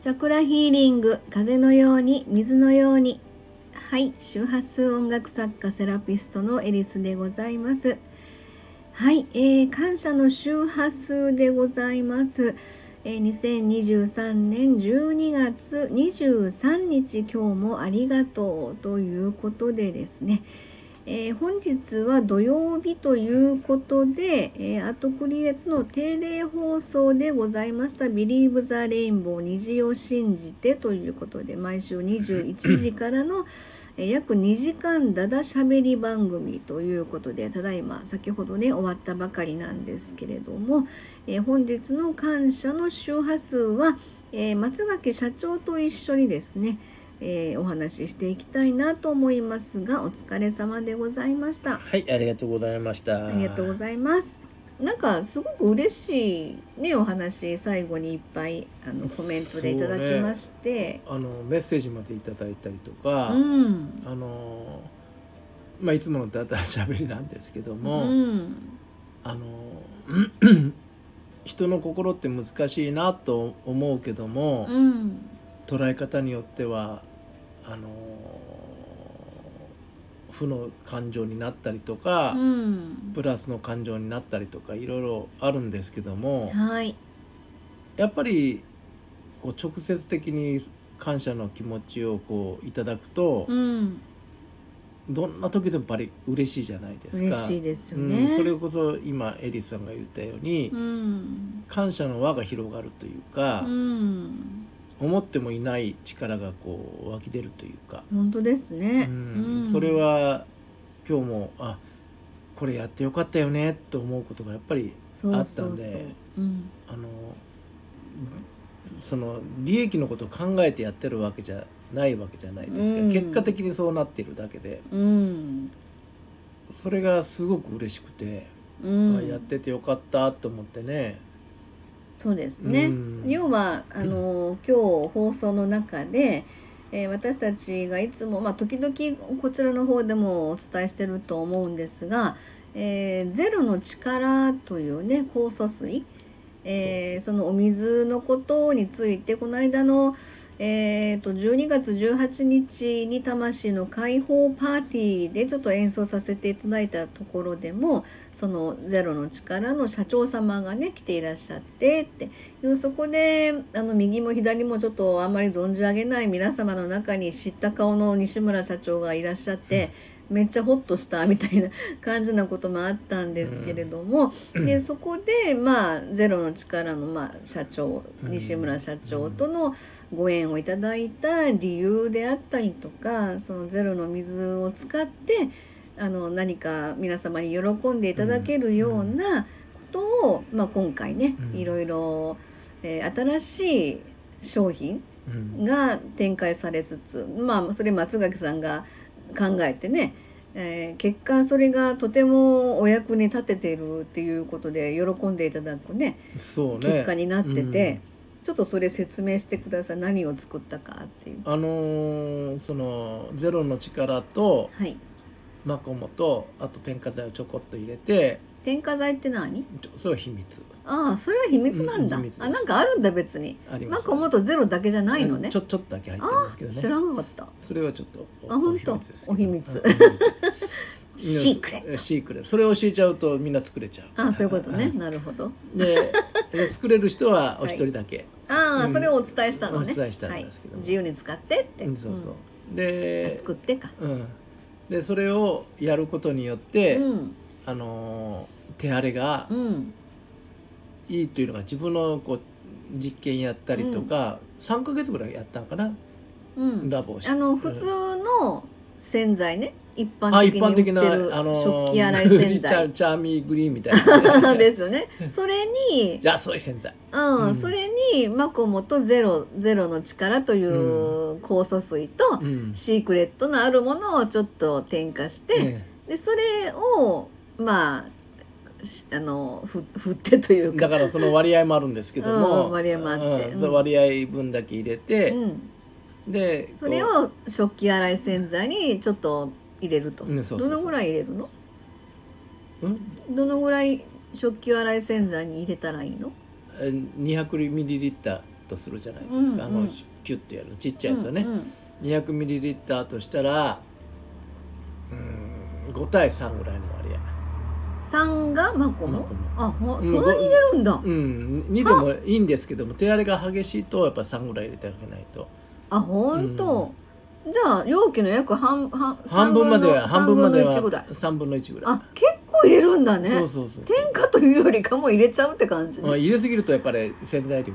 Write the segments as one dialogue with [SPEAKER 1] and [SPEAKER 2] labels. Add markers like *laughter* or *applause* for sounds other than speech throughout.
[SPEAKER 1] チャクラヒーリング風のように水のようにはい周波数音楽作家セラピストのエリスでございますはい、えー感謝の周波数でございます、えー2023年12月23日今日もありがとうということでですねえー本日は土曜日ということで、えーアートクリエイトの定例放送でございました「Believe the Rainbow 虹を信じて」ということで毎週21時からのえー約2時間だだしゃべり番組ということでただいま先ほどね終わったばかりなんですけれども、えー本日の感謝の周波数は、えー松垣社長と一緒にですねえーお話ししていきたいなと思いますがお疲れ様でございました
[SPEAKER 2] はい、ありがとうございました。
[SPEAKER 1] ありがとうご
[SPEAKER 2] い
[SPEAKER 1] ざいますなんかすごく嬉しいねお話最後にいっぱいあのコメントでいただきまして
[SPEAKER 3] あのメッセージまでいただいたりとか、
[SPEAKER 1] うん
[SPEAKER 3] あのまあいつものだだしゃべりなんですけど
[SPEAKER 1] う
[SPEAKER 3] も、
[SPEAKER 1] ん
[SPEAKER 3] あの人の心って難しいなと思うけども、
[SPEAKER 1] うん
[SPEAKER 3] 捉え方によってはあの負の感情になったりとか、
[SPEAKER 1] うん
[SPEAKER 3] プラスの感情になったりとかいろいろあるんですけども、
[SPEAKER 1] はい
[SPEAKER 3] やっぱりこう直接的に感謝の気持ちをこういただくと、
[SPEAKER 1] うん
[SPEAKER 3] どんな時でもやっぱり嬉しいじゃないですか。
[SPEAKER 1] 嬉しいですよ
[SPEAKER 3] うん、
[SPEAKER 1] ね
[SPEAKER 3] それこそ今エリスさんが言ったように、
[SPEAKER 1] うん
[SPEAKER 3] 感謝の輪が広がるという
[SPEAKER 1] う
[SPEAKER 3] か、
[SPEAKER 1] ん
[SPEAKER 3] 思ってもいない力がこう湧き出るというか、
[SPEAKER 1] 本当ですね
[SPEAKER 3] うんそれは今日もあこれやってよかったよねと思うことがやっぱり
[SPEAKER 1] そうそうそう
[SPEAKER 3] あったんで
[SPEAKER 1] うん
[SPEAKER 3] あのその利益のことを考えてやってるわけじゃないわけじゃないですか、
[SPEAKER 1] うん
[SPEAKER 3] 結果的にそうなっているだけで
[SPEAKER 1] うん
[SPEAKER 3] それがすごく嬉しくて、
[SPEAKER 1] うん
[SPEAKER 3] あやっててよかったと思ってね
[SPEAKER 1] そうですね、
[SPEAKER 3] うん
[SPEAKER 1] 要はあの今日放送の中で、えー私たちがいつも、まあ、時々こちらの方でもお伝えしてると思うんですが「えーゼロの力」というね酵素水、えーそのお水のことについてこの間の、えー、と12月18日に魂の解放パーティーでちょっと演奏させていただいたところでもその「ゼロの力」の社長様がね来ていらっしゃってっていうそこであの右も左もちょっとあんまり存じ上げない皆様の中に知った顔の西村社長がいらっしゃって。めっちゃホッとしたみたいな *laughs* 感じなこともあったんですけれども、でそこで、まあ「ゼロの力の」まあ、社長西村社長とのご縁をいただいた理由であったりとかその「ゼロの水」を使ってあの何か皆様に喜んでいただけるようなことを、まあ、今回ね、
[SPEAKER 3] うん
[SPEAKER 1] いろいろ、えー新しい商品
[SPEAKER 3] うん
[SPEAKER 1] が展開されつつまあそれ松垣さんが考えてね、えー結果それがとてもお役に立てているっていうことで喜んでいただくね
[SPEAKER 3] そうね
[SPEAKER 1] 結果になってて、ちょっとそれ説明してください何を作ったかっていう。
[SPEAKER 3] うんあのーそのゼロの力と
[SPEAKER 1] はい、
[SPEAKER 3] マコモとあと添加剤をちょこっと入れて
[SPEAKER 1] 添加剤って何
[SPEAKER 3] ちょそれは秘密
[SPEAKER 1] ああそれは秘密なんだ、
[SPEAKER 3] うん秘密です
[SPEAKER 1] あなんかあるんだ別に
[SPEAKER 3] ありま
[SPEAKER 1] マ
[SPEAKER 3] す
[SPEAKER 1] コモとゼロだけじゃないのね
[SPEAKER 3] ちょちょっとだけ入ってるんですけどね
[SPEAKER 1] 知らなかった
[SPEAKER 3] それはちょっとお
[SPEAKER 1] あ
[SPEAKER 3] お
[SPEAKER 1] 本
[SPEAKER 3] 秘
[SPEAKER 1] 当
[SPEAKER 3] 密ですけど
[SPEAKER 1] お秘密
[SPEAKER 3] うん
[SPEAKER 1] *laughs* シークレット
[SPEAKER 3] えシークレットそれを教えちゃうとみんな作れちゃう
[SPEAKER 1] ああそういうことね
[SPEAKER 3] は
[SPEAKER 1] なるほど *laughs*
[SPEAKER 3] いでで作れる人はお一人だけ、
[SPEAKER 1] ああ、
[SPEAKER 3] うん
[SPEAKER 1] それをお伝えしたのね
[SPEAKER 3] お伝えしたんですけど
[SPEAKER 1] はい、自由に使ってって、
[SPEAKER 3] うんそうそう、
[SPEAKER 1] うんあ
[SPEAKER 3] で
[SPEAKER 1] 作ってか、
[SPEAKER 3] うんでそれをやることによって、
[SPEAKER 1] うん
[SPEAKER 3] あのー手荒れが
[SPEAKER 1] うん
[SPEAKER 3] いいというのが自分のこう実験やったりとか、三ヶ月ぐらいやったんかな、
[SPEAKER 1] うん
[SPEAKER 3] ラボをし
[SPEAKER 1] あの普通の洗剤ね一般
[SPEAKER 3] あ
[SPEAKER 1] 的
[SPEAKER 3] 一
[SPEAKER 1] に
[SPEAKER 3] 般
[SPEAKER 1] 売って
[SPEAKER 3] 的
[SPEAKER 1] る
[SPEAKER 3] なあのー
[SPEAKER 1] 食器洗い洗
[SPEAKER 3] *laughs* チャ
[SPEAKER 1] 剤
[SPEAKER 3] チャーミーグリーンみたい
[SPEAKER 1] *laughs*
[SPEAKER 3] *laughs* な、
[SPEAKER 1] ですよねそれに、
[SPEAKER 3] 安い洗剤
[SPEAKER 1] うん
[SPEAKER 3] うん
[SPEAKER 1] それにマコモとゼロゼロの力という酵素水と、
[SPEAKER 3] うん
[SPEAKER 1] シークレットのあるものをちょっと添加して、
[SPEAKER 3] ね
[SPEAKER 1] でそれをまあしあのふ振ってというか
[SPEAKER 3] だからその割合もあるんですけども、
[SPEAKER 1] うん割合もあって
[SPEAKER 3] うん割合分だけ入れて、
[SPEAKER 1] うん、
[SPEAKER 3] でこう
[SPEAKER 1] それを食器洗い洗剤にちょっと入れると、
[SPEAKER 3] うんそうそうそう
[SPEAKER 1] どのぐらい入れるの
[SPEAKER 3] うん
[SPEAKER 1] どのぐらい食器洗い洗剤に入れたらいいの
[SPEAKER 3] え200ミリリッターとするじゃないですか、
[SPEAKER 1] うんうん
[SPEAKER 3] あのキュッとやるちっちゃいやつをね、
[SPEAKER 1] うんうん
[SPEAKER 3] 200ミリリッターとしたらうーん5対3ぐらいの割合
[SPEAKER 1] 三がマコ
[SPEAKER 3] マ
[SPEAKER 1] モ
[SPEAKER 3] コモ。
[SPEAKER 1] あ、ほ
[SPEAKER 3] うん
[SPEAKER 1] そんなに入れるんだ
[SPEAKER 3] う。ん2でもいいんですけども手荒れが激しいとやっぱ3ぐらい入れてあげないと
[SPEAKER 1] あ、本当。じゃあ容器の約半半
[SPEAKER 3] 半分までは
[SPEAKER 1] 三
[SPEAKER 3] 半分まで
[SPEAKER 1] の
[SPEAKER 3] は
[SPEAKER 1] 一ぐらい。
[SPEAKER 3] 3分の1ぐらい
[SPEAKER 1] あ、結構入れるんだね。
[SPEAKER 3] そうそうそう
[SPEAKER 1] 天下というよりかも入れちゃうって感じね。
[SPEAKER 3] まあ入れすぎるとやっぱり潜在力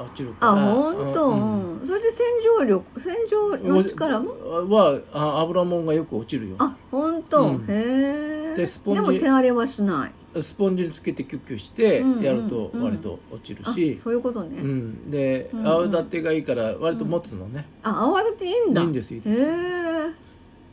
[SPEAKER 3] 落ちるから
[SPEAKER 1] あ、本当。
[SPEAKER 3] うん
[SPEAKER 1] うんそれで洗浄力、洗浄の力も。
[SPEAKER 3] はあ油もんがよく落ちるよ
[SPEAKER 1] あ、本当。
[SPEAKER 3] うん
[SPEAKER 1] へえ。
[SPEAKER 3] でスポンジ
[SPEAKER 1] でも手荒れはしない。
[SPEAKER 3] スポンジにつけてキュッキュして
[SPEAKER 1] うんうん
[SPEAKER 3] やると割と落ちる
[SPEAKER 1] あ、
[SPEAKER 3] し、
[SPEAKER 1] そういうことね。
[SPEAKER 3] うん、で
[SPEAKER 1] うんうん
[SPEAKER 3] 泡立てがいいから割と持つのね、
[SPEAKER 1] あ、泡立ていいんだ。
[SPEAKER 3] いいんですいい
[SPEAKER 1] へ
[SPEAKER 3] です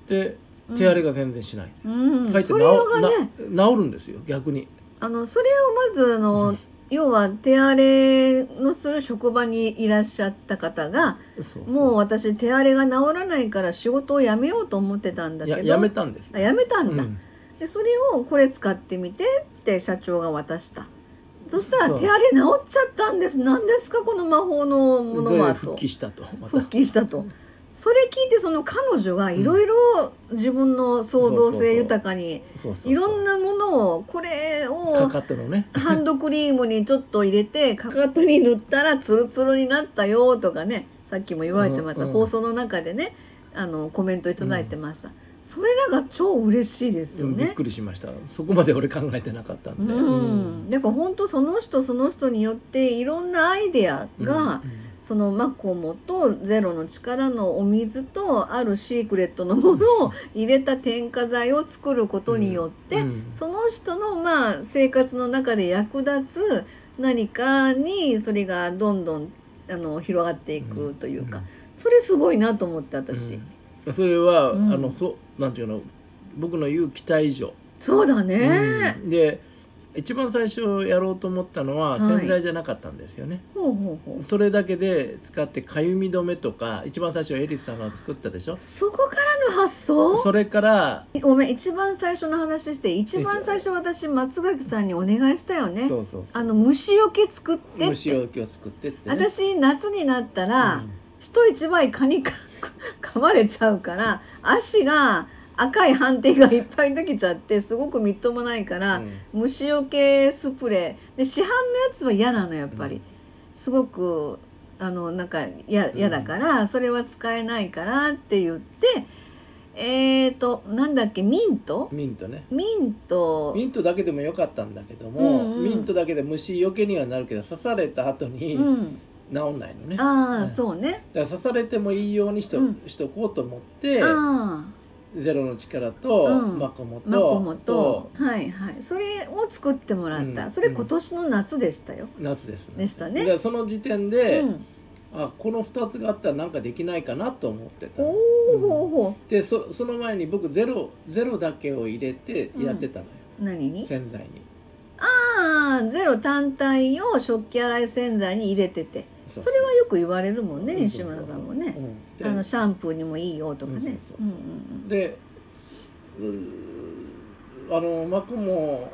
[SPEAKER 1] え。
[SPEAKER 3] で
[SPEAKER 1] うん
[SPEAKER 3] 手荒れが全然しない、
[SPEAKER 1] うん。
[SPEAKER 3] かえっ
[SPEAKER 1] そ
[SPEAKER 3] て治,
[SPEAKER 1] れが
[SPEAKER 3] な、
[SPEAKER 1] ね。
[SPEAKER 3] 治るんですよ逆に
[SPEAKER 1] あのそれをまずあの、要は手荒れのする職場にいらっしゃった方が
[SPEAKER 3] そう
[SPEAKER 1] もう私手荒れが治らないから仕事を辞めようと思ってたんだけ
[SPEAKER 3] や
[SPEAKER 1] ど
[SPEAKER 3] やめたんです
[SPEAKER 1] あやめたんだ、
[SPEAKER 3] うん
[SPEAKER 1] でそれをこれ使ってみてって社長が渡したそした
[SPEAKER 3] そ
[SPEAKER 1] ら
[SPEAKER 3] う
[SPEAKER 1] 手荒れ治っちゃったんです何ですかこの魔法のもの
[SPEAKER 3] で
[SPEAKER 1] は
[SPEAKER 3] 復
[SPEAKER 1] と
[SPEAKER 3] 帰したとまた
[SPEAKER 1] 復帰したと。それ聞いてその彼女がいろいろ自分の創造性豊かに
[SPEAKER 3] そうそうそう
[SPEAKER 1] いろんなものをこれを
[SPEAKER 3] かかってのね
[SPEAKER 1] ハンドクリームにちょっと入れてかかとに塗ったらツルツルになったよとかねさっきも言われてました、
[SPEAKER 3] うんうん
[SPEAKER 1] 放送の中でねあのコメントいただいてました、それらが超嬉しいですよ
[SPEAKER 3] うんびっ
[SPEAKER 1] ね。
[SPEAKER 3] くりしましたそこまで俺考えてなかった
[SPEAKER 1] うんん、
[SPEAKER 3] で、
[SPEAKER 1] だから本当その人その人によっていろんなアイデア
[SPEAKER 3] うん
[SPEAKER 1] が、そのマコモとゼロの力のお水とあるシークレットのものを入れた添加剤を作ることによって、
[SPEAKER 3] うん
[SPEAKER 1] その人のまあ生活の中で役立つ何かにそれがどんどんあの広がっていくというか、
[SPEAKER 3] うん
[SPEAKER 1] それすごいなと思って私、
[SPEAKER 3] うんそれは、
[SPEAKER 1] うん
[SPEAKER 3] あのそうなんていうの僕の言う期待以上、
[SPEAKER 1] そうだね、
[SPEAKER 3] うんで一番最初やろうと思ったの
[SPEAKER 1] は
[SPEAKER 3] は
[SPEAKER 1] い
[SPEAKER 3] 洗剤じゃなかったんですよね、
[SPEAKER 1] ほうほうほう
[SPEAKER 3] それだけで使ってかゆみ止めとか一番最初はエリスさんが作ったでしょ
[SPEAKER 1] そこからの発想
[SPEAKER 3] それから、
[SPEAKER 1] ごめん一番最初の話して一番最初私松垣さんにお願いしたよね
[SPEAKER 3] そうそうそう
[SPEAKER 1] あの虫よけ作ってって
[SPEAKER 3] 虫を今日作ってってね、
[SPEAKER 1] 私夏になったら、
[SPEAKER 3] うん
[SPEAKER 1] 人一倍蚊にか *laughs* 噛まれちゃうから足が赤い斑点がいっぱいできちゃってすごくみっともないから、
[SPEAKER 3] うん
[SPEAKER 1] 虫除けスプレーで市販のやつは嫌なのやっぱり、
[SPEAKER 3] うん
[SPEAKER 1] すごくあのなんかや
[SPEAKER 3] うん
[SPEAKER 1] 嫌だから、それは使えないからって言ってえーとなんだっけミント
[SPEAKER 3] ミントね
[SPEAKER 1] ミント
[SPEAKER 3] ミントだけでもよかったんだけども、
[SPEAKER 1] うんうん
[SPEAKER 3] ミントだけで虫よけにはなるけど刺された後に治
[SPEAKER 1] うん、
[SPEAKER 3] んないのね、だか
[SPEAKER 1] ああ、
[SPEAKER 3] うん
[SPEAKER 1] そうね
[SPEAKER 3] ら刺されてもいいようにしと,、
[SPEAKER 1] うん
[SPEAKER 3] しとこうと思って
[SPEAKER 1] ああ
[SPEAKER 3] ゼロの力と、
[SPEAKER 1] うん
[SPEAKER 3] マコモと
[SPEAKER 1] マコモとはいはいそれを作ってもらった、
[SPEAKER 3] うん
[SPEAKER 1] それ今年の夏でしたよ、
[SPEAKER 3] 夏ですね
[SPEAKER 1] でしたね
[SPEAKER 3] だからその時点
[SPEAKER 1] う
[SPEAKER 3] で、
[SPEAKER 1] ん、
[SPEAKER 3] あこの2つがあったらなんかできないかなと思ってた
[SPEAKER 1] おおほうほ
[SPEAKER 3] でそその前に僕ゼロゼロだけを入れてやってたのよ、
[SPEAKER 1] う何に
[SPEAKER 3] 洗剤に
[SPEAKER 1] ああゼロ単体を食器洗い洗剤に入れてて
[SPEAKER 3] そ
[SPEAKER 1] それはよく言われるもんね
[SPEAKER 3] うんそ
[SPEAKER 1] 西
[SPEAKER 3] うそう
[SPEAKER 1] 村さんもね
[SPEAKER 3] うんで
[SPEAKER 1] あのシャンプーにもいいよとかね
[SPEAKER 3] そう
[SPEAKER 1] う
[SPEAKER 3] そ
[SPEAKER 1] んう
[SPEAKER 3] うそ
[SPEAKER 1] んうん
[SPEAKER 3] でうーあのマコモ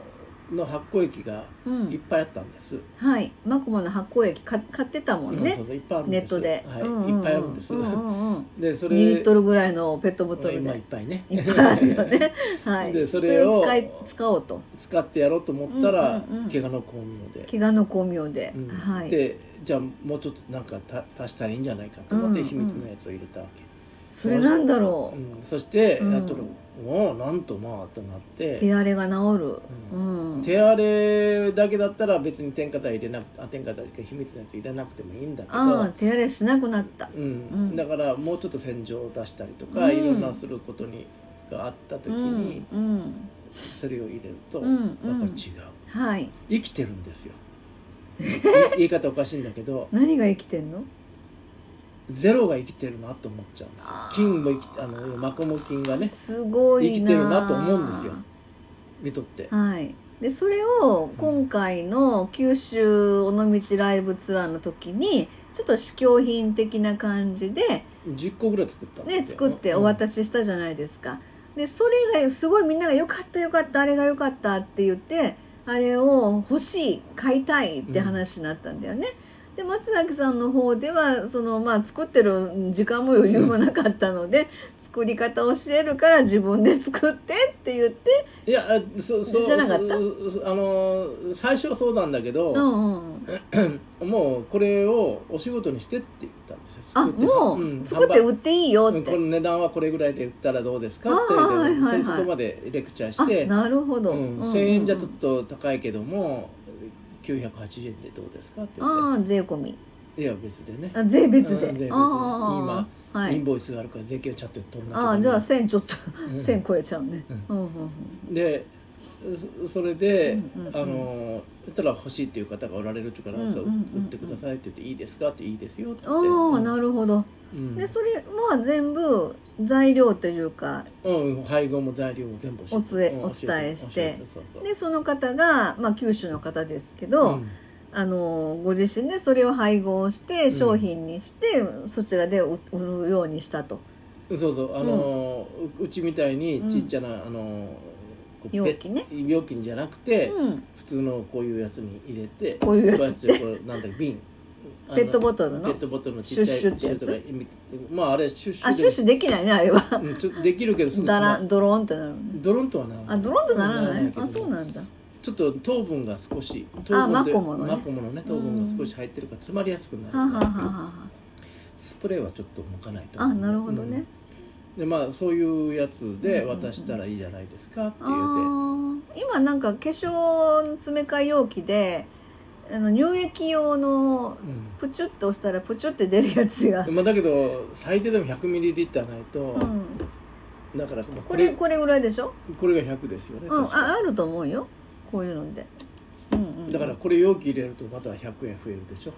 [SPEAKER 3] の発酵液が
[SPEAKER 1] うん
[SPEAKER 3] いっぱいあったんです、
[SPEAKER 1] はいマコモの発酵液か買ってたもん
[SPEAKER 3] そ
[SPEAKER 1] ね
[SPEAKER 3] うそういっぱいあるん
[SPEAKER 1] ネ
[SPEAKER 3] です
[SPEAKER 1] ットで、
[SPEAKER 3] はい
[SPEAKER 1] うんうんうん
[SPEAKER 3] いっぱいあるんです、
[SPEAKER 1] うんうんうん
[SPEAKER 3] でそ
[SPEAKER 1] 2
[SPEAKER 3] れ
[SPEAKER 1] リットルぐらいのペットボトル
[SPEAKER 3] 今い
[SPEAKER 1] で
[SPEAKER 3] っぱいね
[SPEAKER 1] いっぱいあるよね *laughs* はい
[SPEAKER 3] でそれ
[SPEAKER 1] それを
[SPEAKER 3] を
[SPEAKER 1] 使い使おうと
[SPEAKER 3] 使ってやろうと思ったら、
[SPEAKER 1] うんうんうん
[SPEAKER 3] 怪我の巧妙で、
[SPEAKER 1] 怪我の巧妙で、
[SPEAKER 3] うん
[SPEAKER 1] はい
[SPEAKER 3] でじゃあもうちょっとなんかた足したらいいんじゃないかと思って
[SPEAKER 1] うんうん
[SPEAKER 3] 秘密のやつを入れたわけ、
[SPEAKER 1] それなんだろ
[SPEAKER 3] う
[SPEAKER 1] うん
[SPEAKER 3] そして
[SPEAKER 1] うん
[SPEAKER 3] やっとるもうなんとまあとなって、
[SPEAKER 1] 手荒れが治るう
[SPEAKER 3] うん
[SPEAKER 1] ん
[SPEAKER 3] 手荒れだけだったら別に添加剤入れなくてあ添加剤というか秘密のやつ入れなくてもいいんだけ
[SPEAKER 1] ああ
[SPEAKER 3] ど、
[SPEAKER 1] 手荒れしなくなった
[SPEAKER 3] うん
[SPEAKER 1] ん
[SPEAKER 3] だからもうちょっと洗浄を出したりとか、
[SPEAKER 1] うん
[SPEAKER 3] いろんなすることにがあった
[SPEAKER 1] う
[SPEAKER 3] 時に
[SPEAKER 1] んうん
[SPEAKER 3] それを入れると、
[SPEAKER 1] うんう
[SPEAKER 3] なん
[SPEAKER 1] ん
[SPEAKER 3] か違う
[SPEAKER 1] はい
[SPEAKER 3] 生きてるんですよい *laughs* 言い方おかしいんだけど
[SPEAKER 1] 何が生きてんの
[SPEAKER 3] ゼロが生きてるなと思っちゃうんですよ菌も生きてあのマコモ菌がね
[SPEAKER 1] すごいな
[SPEAKER 3] 生きてるなと思うんですよ見とって
[SPEAKER 1] はいでそれを今回の九州尾道ライブツアーの時にちょっと試供品的な感じで
[SPEAKER 3] 10個ぐらい作ったん
[SPEAKER 1] ね作ってお渡
[SPEAKER 3] し、
[SPEAKER 1] ししたじゃないですか。でそれがすごいみんなが「よかったよかったあれがよかった」って言ってあれを欲しい買いたいって話になったんだよね。で松崎さんの方ではその、まあ、作ってる時間も余裕もなかったので作り方教えるから自分で作ってって言って、
[SPEAKER 3] いやあそそう
[SPEAKER 1] じゃなかった
[SPEAKER 3] そそあの最初はそうなんだけど、
[SPEAKER 1] うんうん、
[SPEAKER 3] もうこれをお仕事にしてって言ったんですよ
[SPEAKER 1] あ
[SPEAKER 3] って
[SPEAKER 1] もう
[SPEAKER 3] ん
[SPEAKER 1] 作って売っていいよ
[SPEAKER 3] 販売うん
[SPEAKER 1] っ
[SPEAKER 3] この
[SPEAKER 1] て。
[SPEAKER 3] 値段はこれぐらいで売ったらどうですか
[SPEAKER 1] あー
[SPEAKER 3] って
[SPEAKER 1] はいはいはい
[SPEAKER 3] そこまでレクチャー
[SPEAKER 1] あ
[SPEAKER 3] して、
[SPEAKER 1] なるほど、
[SPEAKER 3] うん
[SPEAKER 1] うんうんうん
[SPEAKER 3] 1000円じゃちょっと高いけども980円でどうですかって言っ
[SPEAKER 1] ああ税込み
[SPEAKER 3] ていや別でね
[SPEAKER 1] あ税別で、
[SPEAKER 3] うん税別で
[SPEAKER 1] ああああは
[SPEAKER 3] イン
[SPEAKER 1] い
[SPEAKER 3] ボイスがあるから税金をちゃんと取んなきゃ
[SPEAKER 1] ああじゃあ1000ちょっと、
[SPEAKER 3] うん
[SPEAKER 1] 1000超えちゃうね、うんうんうん、
[SPEAKER 3] でそそれで、
[SPEAKER 1] うんうんうん
[SPEAKER 3] あの言ったら欲しいっていう方がおられるっていうか
[SPEAKER 1] う
[SPEAKER 3] ら、
[SPEAKER 1] んうんうんうん
[SPEAKER 3] 売ってくださいって言って「いいですか?」って「いいですよ」って言って
[SPEAKER 1] ああなるほど、
[SPEAKER 3] うん
[SPEAKER 1] でそれは全部材料というか
[SPEAKER 3] うん、配合も材料も全部教
[SPEAKER 1] おつえ
[SPEAKER 3] うん
[SPEAKER 1] お伝えして
[SPEAKER 3] 教えそうそう
[SPEAKER 1] でその方が、まあ、九州の方ですけど、
[SPEAKER 3] うん
[SPEAKER 1] あのご自身でそれを配合して
[SPEAKER 3] ん
[SPEAKER 1] 商品にして、そちらで売売るようにしたと
[SPEAKER 3] そうそうあの、ううちみたいにちっちゃな、あのこう
[SPEAKER 1] 容器ね
[SPEAKER 3] ペ容器じゃなくて、
[SPEAKER 1] うん
[SPEAKER 3] 普通のこういうやつに入れて
[SPEAKER 1] こういうやつって
[SPEAKER 3] こうやってこうなんだろう瓶あ
[SPEAKER 1] *laughs*
[SPEAKER 3] の
[SPEAKER 1] ペットボトルの
[SPEAKER 3] ペットボトルのちっちゃい
[SPEAKER 1] シュッシュってやつ
[SPEAKER 3] シュッとかまああれシュッシュ
[SPEAKER 1] あシュッシュできないねあれは
[SPEAKER 3] ュ、うん、ちょっとできるけどすぐ
[SPEAKER 1] だら
[SPEAKER 3] その
[SPEAKER 1] ドロンってなるのね
[SPEAKER 3] ドロンとはならな
[SPEAKER 1] あ
[SPEAKER 3] い
[SPEAKER 1] ドロンとならない、
[SPEAKER 3] けど
[SPEAKER 1] あそうなんだ
[SPEAKER 3] ちょっと糖分が少し糖
[SPEAKER 1] あ
[SPEAKER 3] 分で
[SPEAKER 1] マコモのね
[SPEAKER 3] マコモのね糖分が少し入ってるから詰まりやすくなる
[SPEAKER 1] はあ、はあはあは
[SPEAKER 3] スプレーはちょっと向かないと
[SPEAKER 1] ああなるほどね、
[SPEAKER 3] うんでまあそういうやつ
[SPEAKER 1] う
[SPEAKER 3] で
[SPEAKER 1] んうんうん
[SPEAKER 3] 渡したらいいじゃないですかって
[SPEAKER 1] あ
[SPEAKER 3] 言う
[SPEAKER 1] あ今なんか化粧の詰め替え容器であの乳液用の
[SPEAKER 3] て、
[SPEAKER 1] プチュッと押したらプチュって出るやつが
[SPEAKER 3] *laughs* うん、まあだけど最低でも100ミリリッターないと、
[SPEAKER 1] うん、
[SPEAKER 3] だからまあ
[SPEAKER 1] こ
[SPEAKER 3] これ
[SPEAKER 1] れ
[SPEAKER 3] こ
[SPEAKER 1] これぐらいでしょ、
[SPEAKER 3] れが100ですよね、
[SPEAKER 1] うん、
[SPEAKER 3] 確か
[SPEAKER 1] ああると思うよこういうので、うんうん、
[SPEAKER 3] だからこれ容器入れるとまた100円増えるでしょ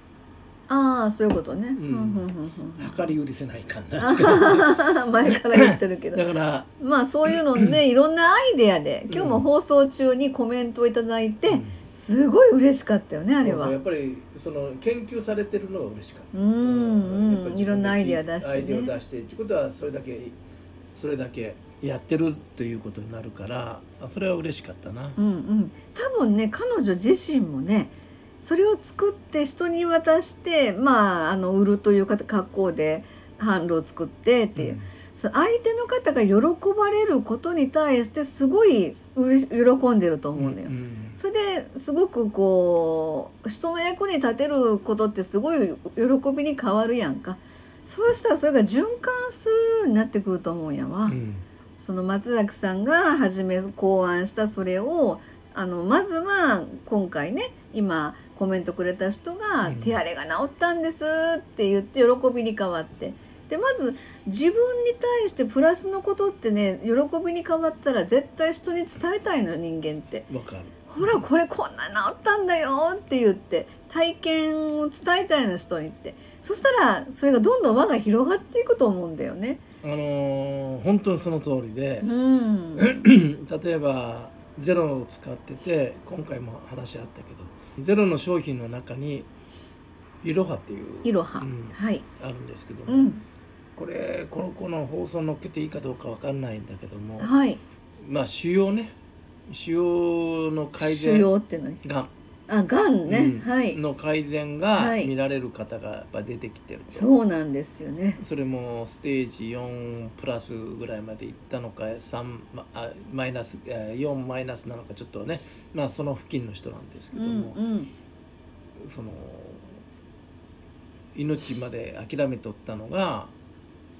[SPEAKER 1] ああそういうことね、うんう
[SPEAKER 3] ん
[SPEAKER 1] んうん
[SPEAKER 3] 量り売りせないかんなだ
[SPEAKER 1] うん、 *laughs* 前から言ってる
[SPEAKER 3] *laughs*
[SPEAKER 1] けど
[SPEAKER 3] から
[SPEAKER 1] まあそういうのね
[SPEAKER 3] *clears throat*
[SPEAKER 1] いろんなアイデアで今日も放送中にコメントをいただいて、
[SPEAKER 3] うん
[SPEAKER 1] すごい嬉しかったよねあれ
[SPEAKER 3] そう
[SPEAKER 1] は
[SPEAKER 3] そうやっぱりその研究されてるのが嬉しかった
[SPEAKER 1] うんうん
[SPEAKER 3] やっぱり自分で
[SPEAKER 1] いろんなアイデア出してね
[SPEAKER 3] アイデアを出してってことはそれだけそれだけやってるということになるからあそれは嬉しかったな
[SPEAKER 1] うんうん、多分ね彼女自身もねそれを作って人に渡して、まあ、あの売るというか格好で販路を作ってっていう、
[SPEAKER 3] うん
[SPEAKER 1] そう相手の方が喜ばれることに対してすごいうれし喜んでると思うのよ。
[SPEAKER 3] ん
[SPEAKER 1] それですごくこう人の役に立てることってすごい喜びに変わるやんかそうしたらそれが循環するようになってくると思うんやわ。
[SPEAKER 3] うん
[SPEAKER 1] その松崎さんが初め考案したそれをあのまずは今回ね今コメントくれた人が
[SPEAKER 3] うん
[SPEAKER 1] 「手荒れが治ったんです」って言って喜びに変わってでまず自分に対してプラスのことってね喜びに変わったら絶対人に伝えたいの人間って。
[SPEAKER 3] わかる
[SPEAKER 1] ほらこれこんな治ったんだよって言って体験を伝えたいの人にってそしたらそれがどんどん輪が広がっていくと思うんだよね。
[SPEAKER 3] あのー本当にその通りで
[SPEAKER 1] うん、
[SPEAKER 3] *clears throat* 例えばゼロを使ってて今回も話あったけどゼロの商品の中にイロハっていう
[SPEAKER 1] いろは、
[SPEAKER 3] うん
[SPEAKER 1] はい、
[SPEAKER 3] あるんですけども、
[SPEAKER 1] うん、
[SPEAKER 3] これこの子の放送乗っけていいかどうかわかんないんだけども
[SPEAKER 1] はい。
[SPEAKER 3] まあ腫瘍ね腫瘍の改
[SPEAKER 1] 腫
[SPEAKER 3] 善
[SPEAKER 1] 瘍って何？
[SPEAKER 3] が
[SPEAKER 1] あ、がんね、
[SPEAKER 3] うん
[SPEAKER 1] はい。
[SPEAKER 3] の改善
[SPEAKER 1] は
[SPEAKER 3] が
[SPEAKER 1] い
[SPEAKER 3] 見られる方がやっぱ出てきてると
[SPEAKER 1] そうなんですよね。
[SPEAKER 3] それもステージ4プラスぐらいまでいったのか3まあマイナスえー4マイナスなのかちょっとねまあその付近の人なんですけ
[SPEAKER 1] う
[SPEAKER 3] ど
[SPEAKER 1] ん
[SPEAKER 3] も、
[SPEAKER 1] うん。
[SPEAKER 3] その命まで諦めとったのが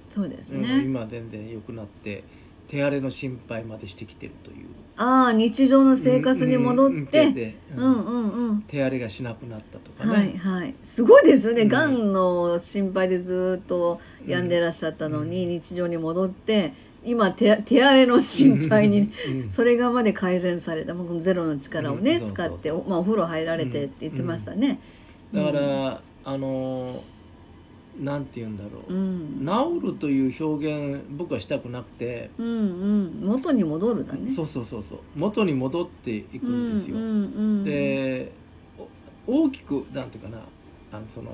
[SPEAKER 1] そうです
[SPEAKER 3] うん
[SPEAKER 1] ね。
[SPEAKER 3] 今全然良くなって手荒れの心配までしてきてるという
[SPEAKER 1] ああ、日常の生活に戻って、
[SPEAKER 3] う
[SPEAKER 1] うんんうんうん、
[SPEAKER 3] 手荒れがしなくなったとかね、
[SPEAKER 1] はいはい。すごいですね。
[SPEAKER 3] うん
[SPEAKER 1] がんの心配でずっと病んでらっしゃったのに、日常に戻って、今手手荒れの心配に。
[SPEAKER 3] うん
[SPEAKER 1] それがまで改善された、もうこのゼロの力をね、
[SPEAKER 3] うんそう
[SPEAKER 1] 使
[SPEAKER 3] そう
[SPEAKER 1] っ
[SPEAKER 3] そう
[SPEAKER 1] て、おまあお風呂入られてって言ってましたね。
[SPEAKER 3] だから、あのなんて言うんだろ
[SPEAKER 1] う
[SPEAKER 3] う、
[SPEAKER 1] ん、
[SPEAKER 3] 治るという表現僕はしたくなくて、
[SPEAKER 1] うん、うん、元に戻るだね。
[SPEAKER 3] そうそうそうそう元に戻っていくんですよ、
[SPEAKER 1] うんうんうん、
[SPEAKER 3] でお大きくなんていうかなあのその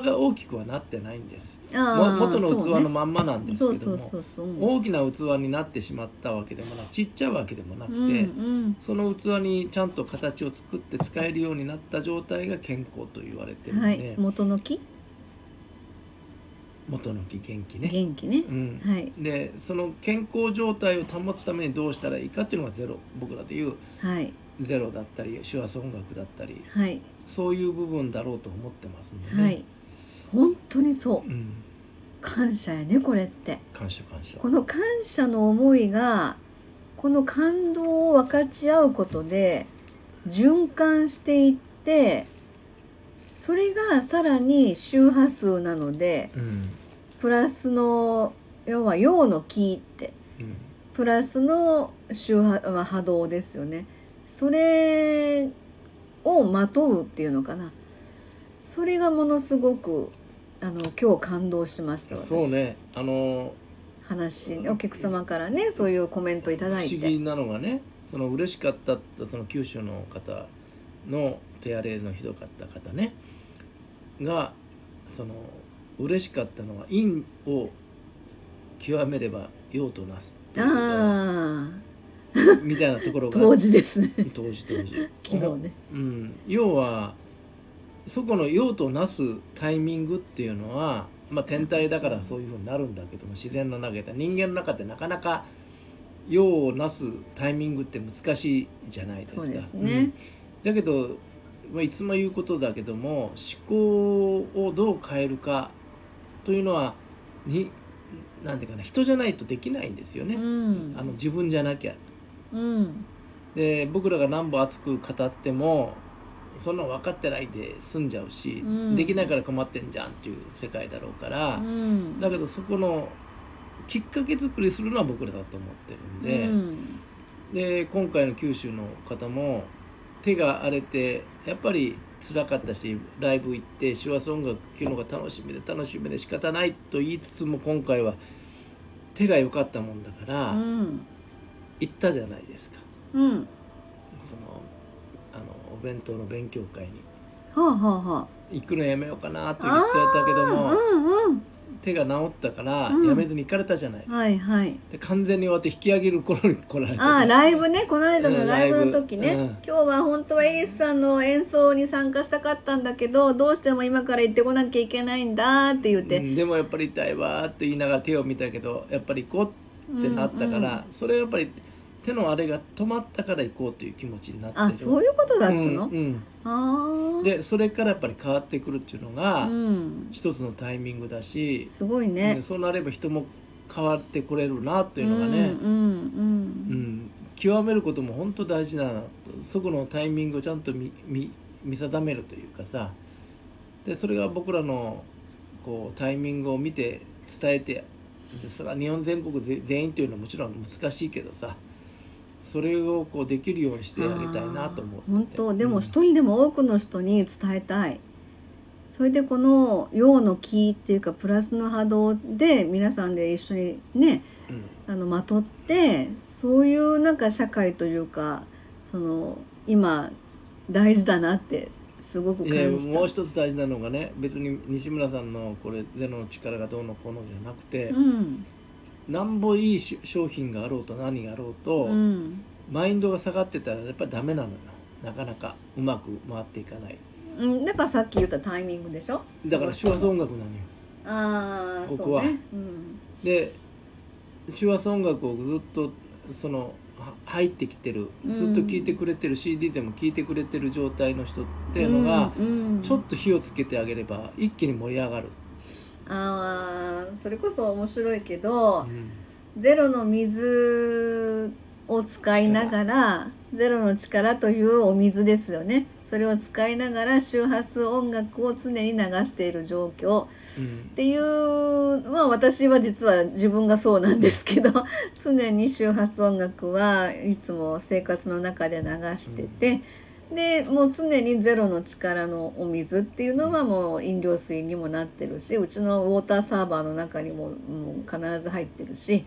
[SPEAKER 3] 器が大きくはなってないんです
[SPEAKER 1] あ
[SPEAKER 3] も
[SPEAKER 1] ー
[SPEAKER 3] 元の
[SPEAKER 1] そうね
[SPEAKER 3] 器のまんまなんです
[SPEAKER 1] そ
[SPEAKER 3] け
[SPEAKER 1] う
[SPEAKER 3] ど
[SPEAKER 1] そう
[SPEAKER 3] も
[SPEAKER 1] そうそう
[SPEAKER 3] 大きな器になってしまったわけでもなくちっちゃいわけでもなくて、
[SPEAKER 1] うんうん
[SPEAKER 3] その器にちゃんと形を作って使えるようになった状態が健康と言われてるんで、
[SPEAKER 1] はい、元の木、
[SPEAKER 3] 元の木元気ね、
[SPEAKER 1] 元気ね
[SPEAKER 3] う、ん
[SPEAKER 1] はい
[SPEAKER 3] でその健康状態を保つためにどうしたらいいかっていうのがゼロ僕らでいう
[SPEAKER 1] はい
[SPEAKER 3] ゼロだったり手話音楽だったり
[SPEAKER 1] はい
[SPEAKER 3] そういう部分だろうと思ってますんでね、
[SPEAKER 1] はい、本当にそう
[SPEAKER 3] うん、
[SPEAKER 1] 感謝やねこれって
[SPEAKER 3] 感謝感謝
[SPEAKER 1] この感謝の思いがこの感動を分かち合うことで循環していってそれがさらに周波数なので
[SPEAKER 3] うん
[SPEAKER 1] プラスの要は陽の気って
[SPEAKER 3] うん
[SPEAKER 1] プラスの周波、まあ波動ですよねそれをまとうっていうのかなそれがものすごくあの今日感動しました私
[SPEAKER 3] そうねあの
[SPEAKER 1] 話お客様からねそういうコメントいただい
[SPEAKER 3] 不思
[SPEAKER 1] て
[SPEAKER 3] 議なのがねその嬉しかったってその九州の方の手荒れのひどかった方ねがその嬉しかったのは陰を極めれば陽となすっていうか
[SPEAKER 1] ああ
[SPEAKER 3] みたいなところが
[SPEAKER 1] 当時です
[SPEAKER 3] *laughs*
[SPEAKER 1] ね
[SPEAKER 3] 当時当時
[SPEAKER 1] 昨日ね
[SPEAKER 3] うん、要はそこの用となすタイミングっていうのは、まあ、天体だからそういうふうになるんだけども自然の中で人間の中でなかなか用をなすタイミングって難しいじゃないですか。
[SPEAKER 1] そうですね
[SPEAKER 3] うんだけど、まあ、いつも言うことだけども思考をどう変えるかというのはになんていうかな人じゃないとできないんですよね、
[SPEAKER 1] うん
[SPEAKER 3] あの自分じゃなきゃ。
[SPEAKER 1] うん
[SPEAKER 3] で僕らが何本熱く語ってもそんなの分かってないで済んじゃうし、
[SPEAKER 1] うん
[SPEAKER 3] できないから困ってんじゃんっていう世界だろうから、
[SPEAKER 1] うん
[SPEAKER 3] だけどそこのきっかけ作りするのは僕らだと思ってる
[SPEAKER 1] うんん
[SPEAKER 3] で,、で今回の九州の方も手が荒れてやっぱり辛かったしライブ行って手話音楽聴くのが楽しみで楽しみで仕方ないと言いつつも今回は手が良かったもんだから、
[SPEAKER 1] うん
[SPEAKER 3] 行ったじゃないですか。
[SPEAKER 1] うん
[SPEAKER 3] そのあのお弁当の勉強会に
[SPEAKER 1] はあはあは
[SPEAKER 3] 行くのやめようかなって言ってたけど
[SPEAKER 1] あ
[SPEAKER 3] も
[SPEAKER 1] うん
[SPEAKER 3] 手が治ったから
[SPEAKER 1] うん
[SPEAKER 3] やめずに行かれたじゃない、
[SPEAKER 1] うんはいはい
[SPEAKER 3] で完全に終わって引き上げる頃に来られて
[SPEAKER 1] ああライブねこの間
[SPEAKER 3] う
[SPEAKER 1] の
[SPEAKER 3] ん
[SPEAKER 1] ライブの時ね、
[SPEAKER 3] ライブうん
[SPEAKER 1] 今日は本当はエリスさんの演奏に参加したかったんだけどどうしても今から行ってこなきゃいけないんだって言っ
[SPEAKER 3] う
[SPEAKER 1] て、
[SPEAKER 3] んでもやっぱり痛いわーって言いながら手を見たけどやっぱり行こうってなったから、それはやっぱり手のあれが止まったから行こうという気持ちになって
[SPEAKER 1] あそう
[SPEAKER 3] う
[SPEAKER 1] いうことだったの、
[SPEAKER 3] うん
[SPEAKER 1] あ
[SPEAKER 3] う
[SPEAKER 1] あ
[SPEAKER 3] んでそれからやっぱり変わってくるっていうのが
[SPEAKER 1] うん、
[SPEAKER 3] 一つのタイミングだし、
[SPEAKER 1] すごい
[SPEAKER 3] うん
[SPEAKER 1] ね
[SPEAKER 3] そうなれば人も変わってこれるなというのがね、
[SPEAKER 1] うんうん
[SPEAKER 3] う
[SPEAKER 1] うん
[SPEAKER 3] ん、極めることも本当大事だなとそこのタイミングをちゃんと見見見定めるというかさでそれが僕らのこうタイミングを見て伝えてでそれは日本全国ぜ全員というのはもちろん難しいけどさそれをこうできるようにしてあげたいなと思ってて
[SPEAKER 1] 本当で
[SPEAKER 3] う
[SPEAKER 1] も
[SPEAKER 3] ん
[SPEAKER 1] 一人でも多くの人に伝えたい、それでこの「陽の気」っていうかプラスの波動で皆さんで一緒にね
[SPEAKER 3] うん
[SPEAKER 1] あのまとってそういうなんか社会というかその今大事だなってすごく
[SPEAKER 3] いや
[SPEAKER 1] 感じた。
[SPEAKER 3] もう一つ大事なのがね別に西村さんのこれゼロの力がどうのこうのじゃなくて、
[SPEAKER 1] うん
[SPEAKER 3] なんぼいいし商品があろうと何があろうと、
[SPEAKER 1] うん
[SPEAKER 3] マインドが下がってたらやっぱダメなのよなかなかうまく回っていかない
[SPEAKER 1] うん、だからさっき言ったタイミングでしょ
[SPEAKER 3] だから手話音楽なのよ
[SPEAKER 1] ああ
[SPEAKER 3] 僕は
[SPEAKER 1] そうね、うん、
[SPEAKER 3] で手話音楽をずっとそのは入ってきてるずっと聴いてくれてる CD でも聴いてくれてる状態の人っていうのが、
[SPEAKER 1] うんうん
[SPEAKER 3] ちょっと火をつけてあげれば一気に盛り上がる、
[SPEAKER 1] あーそれこそ面白いけど、
[SPEAKER 3] うん
[SPEAKER 1] ゼロの水を使いながらゼロの力というお水ですよねそれを使いながら周波数音楽を常に流している状況
[SPEAKER 3] うん
[SPEAKER 1] っていうまあ私は実は自分がそうなんですけど *laughs* 常に周波数音楽はいつも生活の中で流してて、でもう常にゼロの力のお水っていうのはもう飲料水にもなってるしうちのウォーターサーバーの中にももう必ず入ってるし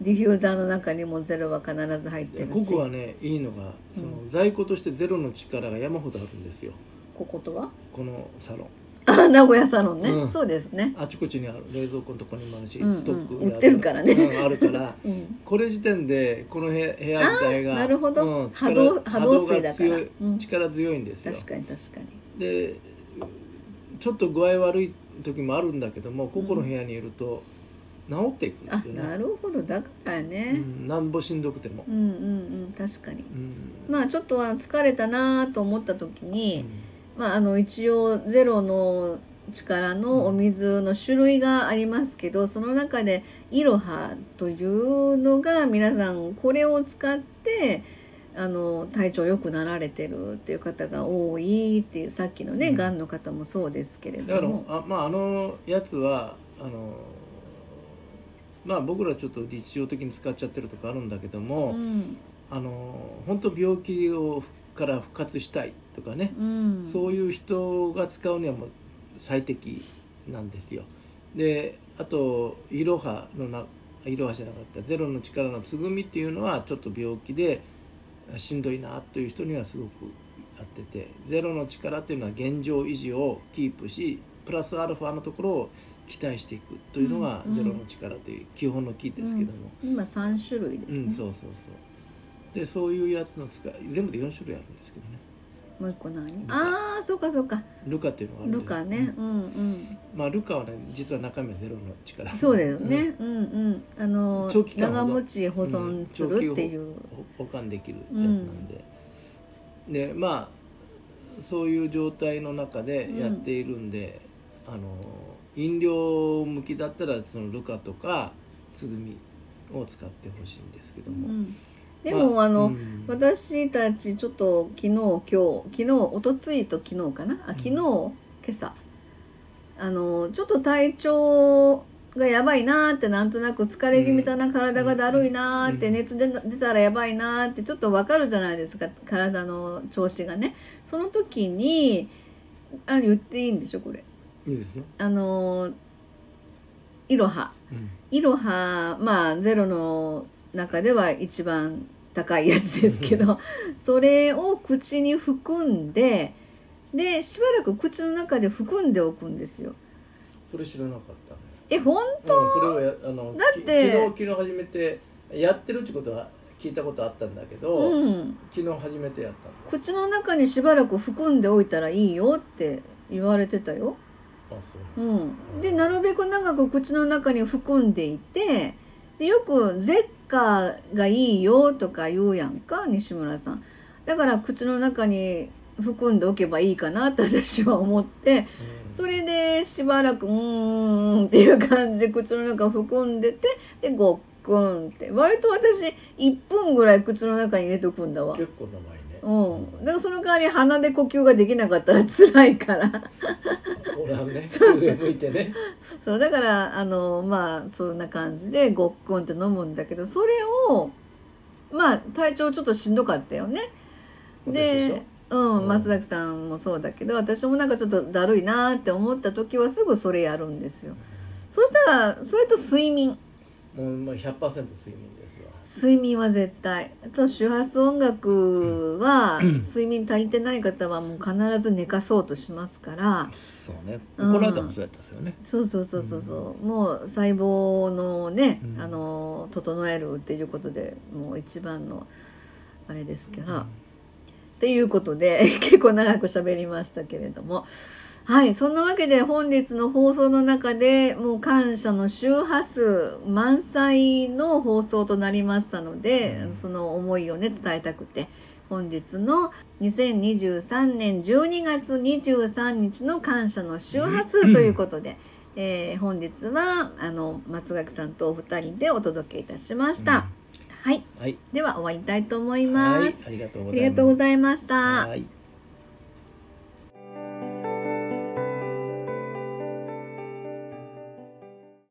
[SPEAKER 1] ディフューザーの中にもゼロは必ず入っ
[SPEAKER 3] で
[SPEAKER 1] てる
[SPEAKER 3] こ
[SPEAKER 1] し
[SPEAKER 3] こはねいいのがその在庫としてゼロの力が山ほどあるんですよ
[SPEAKER 1] こことは *laughs*
[SPEAKER 3] このサロン
[SPEAKER 1] ああ名古屋サロンね、
[SPEAKER 3] うん
[SPEAKER 1] そうですね
[SPEAKER 3] あちこちにある冷蔵庫のとこにもあるし、
[SPEAKER 1] うんうん
[SPEAKER 3] ストック
[SPEAKER 1] 売ってるからね
[SPEAKER 3] うんあ
[SPEAKER 1] *laughs*
[SPEAKER 3] るから
[SPEAKER 1] うん
[SPEAKER 3] これ時点でこの部屋部屋自体が
[SPEAKER 1] あーなるほど
[SPEAKER 3] うん力
[SPEAKER 1] 波動波動水だから
[SPEAKER 3] 波動が強い
[SPEAKER 1] うん
[SPEAKER 3] 力強いんですよ
[SPEAKER 1] 確かに確かに
[SPEAKER 3] でちょっと具合悪い時もあるんだけどもここの部屋にいると治っていくんで
[SPEAKER 1] あ
[SPEAKER 3] すよね、
[SPEAKER 1] なるほどだから
[SPEAKER 3] う
[SPEAKER 1] ね、
[SPEAKER 3] ん、なんぼしんどくても
[SPEAKER 1] う、ん、うんうん確かに
[SPEAKER 3] うん
[SPEAKER 1] まあちょっとは疲れたなと思った時
[SPEAKER 3] う
[SPEAKER 1] に、
[SPEAKER 3] ん
[SPEAKER 1] まあ、あの一応ゼロの力のお水の種類がありますけどその中でイロハというのが皆さんこれを使ってあの体調良くなられてるっていう方が多いっていうさっきのね、
[SPEAKER 3] うん
[SPEAKER 1] がんの方もそうですけれ
[SPEAKER 3] だか
[SPEAKER 1] ど
[SPEAKER 3] ら
[SPEAKER 1] も。
[SPEAKER 3] あまああのやつはあのまあ僕らちょっと日常的に使っちゃってるとかあるんだけども、
[SPEAKER 1] うん
[SPEAKER 3] あの本当病気をから復活したいとかね、
[SPEAKER 1] うん、
[SPEAKER 3] そういう人が使うにはもう最適なんですよ。であと「いろは」のな「いろは」じゃなかった「ゼロの力のつぐみ」っていうのはちょっと病気でしんどいなという人にはすごく合ってて「ゼロの力」っていうのは現状維持をキープしプラスアルファのところを期待していくというのが
[SPEAKER 1] うん
[SPEAKER 3] 「
[SPEAKER 1] うん
[SPEAKER 3] ゼロの力」という基本のキーですけども。
[SPEAKER 1] 今三種類ですね、
[SPEAKER 3] うん、そうそうそうでそういうやつの使い全部で4種類あるんですけどね
[SPEAKER 1] もう一個何
[SPEAKER 3] カ
[SPEAKER 1] ああそうかそうか
[SPEAKER 3] ルカっていうのがあるんで
[SPEAKER 1] ルカね、うんうん
[SPEAKER 3] まあルカはね実は中身はゼロの力
[SPEAKER 1] そうだよね、うん、うんあの
[SPEAKER 3] 長期間
[SPEAKER 1] 長
[SPEAKER 3] ほど
[SPEAKER 1] 持ち保存するっていう、
[SPEAKER 3] 保管できるやつなんで、でまあそういう状態の中でやっているんで、あの飲料向きだったらそのルカとかつぐみを使ってほしいんですけど
[SPEAKER 1] う
[SPEAKER 3] も、
[SPEAKER 1] ん、でも、あ、の、
[SPEAKER 3] うん
[SPEAKER 1] 私たちちょっと昨日今日昨日一昨日と昨日かなあ昨日、
[SPEAKER 3] うん
[SPEAKER 1] 今朝あのちょっと体調がやばいなーってなんとなく疲れ気味だな、体がだるいなーって、
[SPEAKER 3] うん
[SPEAKER 1] 熱で出たらやばいなーってちょっとわかるじゃないですか体の調子がねその時にあ言っていいんでしょこれ
[SPEAKER 3] いいですよ、
[SPEAKER 1] あのイロハ
[SPEAKER 3] うん
[SPEAKER 1] イロハまあゼロの中では一番高いやつですけどそれを口に含んででしばらく口の中で含んでおくんですよ。
[SPEAKER 3] それ知らなかったね
[SPEAKER 1] え本当、
[SPEAKER 3] うん、それをやあの
[SPEAKER 1] だって
[SPEAKER 3] き昨日昨日始めてやってるってことは聞いたことあったんだけど、
[SPEAKER 1] うん、
[SPEAKER 3] 昨日初めてやったん
[SPEAKER 1] 口の中にしばらく含んでおいたらいいよって言われてたよ。
[SPEAKER 3] だあそう
[SPEAKER 1] うん、でなるべく長く口の中に含んでいてでよく「舌下がいいよ」とか言うやんか西村さんだから口の中に含んでおけばいいかなって私は思ってそれでしばらく「うーん」っていう感じで口の中含んでてでごっくんって割と私1分ぐらい口の中に入れとくんだわ
[SPEAKER 3] 結構名前ね、
[SPEAKER 1] うんだからその代わり鼻で呼吸ができなかったら辛いから。
[SPEAKER 3] ほら *laughs* ね
[SPEAKER 1] そうそう
[SPEAKER 3] 上向いてね
[SPEAKER 1] そうだからあのまあそんな感じでごっくんって飲むんだけどそれをまあ体調ちょっとしんどかったよね。
[SPEAKER 3] 私しょ
[SPEAKER 1] でう、
[SPEAKER 3] うんん
[SPEAKER 1] 松崎さんもそうだけど私もなんかちょっとだるいなーって思った時はすぐそれやるんですよ。そしたらそれと睡眠
[SPEAKER 3] もうまあ100%睡眠ですわ
[SPEAKER 1] 睡眠は絶対あと周波数音楽は睡眠足りてない方はもう必ず寝かそうとしますから。
[SPEAKER 3] そうね
[SPEAKER 1] うんこの間もそう
[SPEAKER 3] やったんですよね
[SPEAKER 1] そうそうそうそうそう、もう細胞のね、
[SPEAKER 3] うん
[SPEAKER 1] あの整えるっていうことでもう一番のあれですから、っていうことで *laughs* 結構長く喋りましたけれどもはいそんなわけで本日の放送の中でもう感謝の周波数満載の放送となりましたので、
[SPEAKER 3] うん
[SPEAKER 1] その思いをね伝えたくて本日の2023年12月23日の感謝の周波数ということで、えー本日はあの松垣さんとお二人でお届けいたしました。はい
[SPEAKER 3] はい
[SPEAKER 1] では終わりたいと思い
[SPEAKER 3] は
[SPEAKER 1] ま
[SPEAKER 3] い
[SPEAKER 1] す。
[SPEAKER 3] ありがとうご
[SPEAKER 1] あ
[SPEAKER 3] ざいます
[SPEAKER 1] りがとうございまし
[SPEAKER 3] は
[SPEAKER 1] た。
[SPEAKER 3] い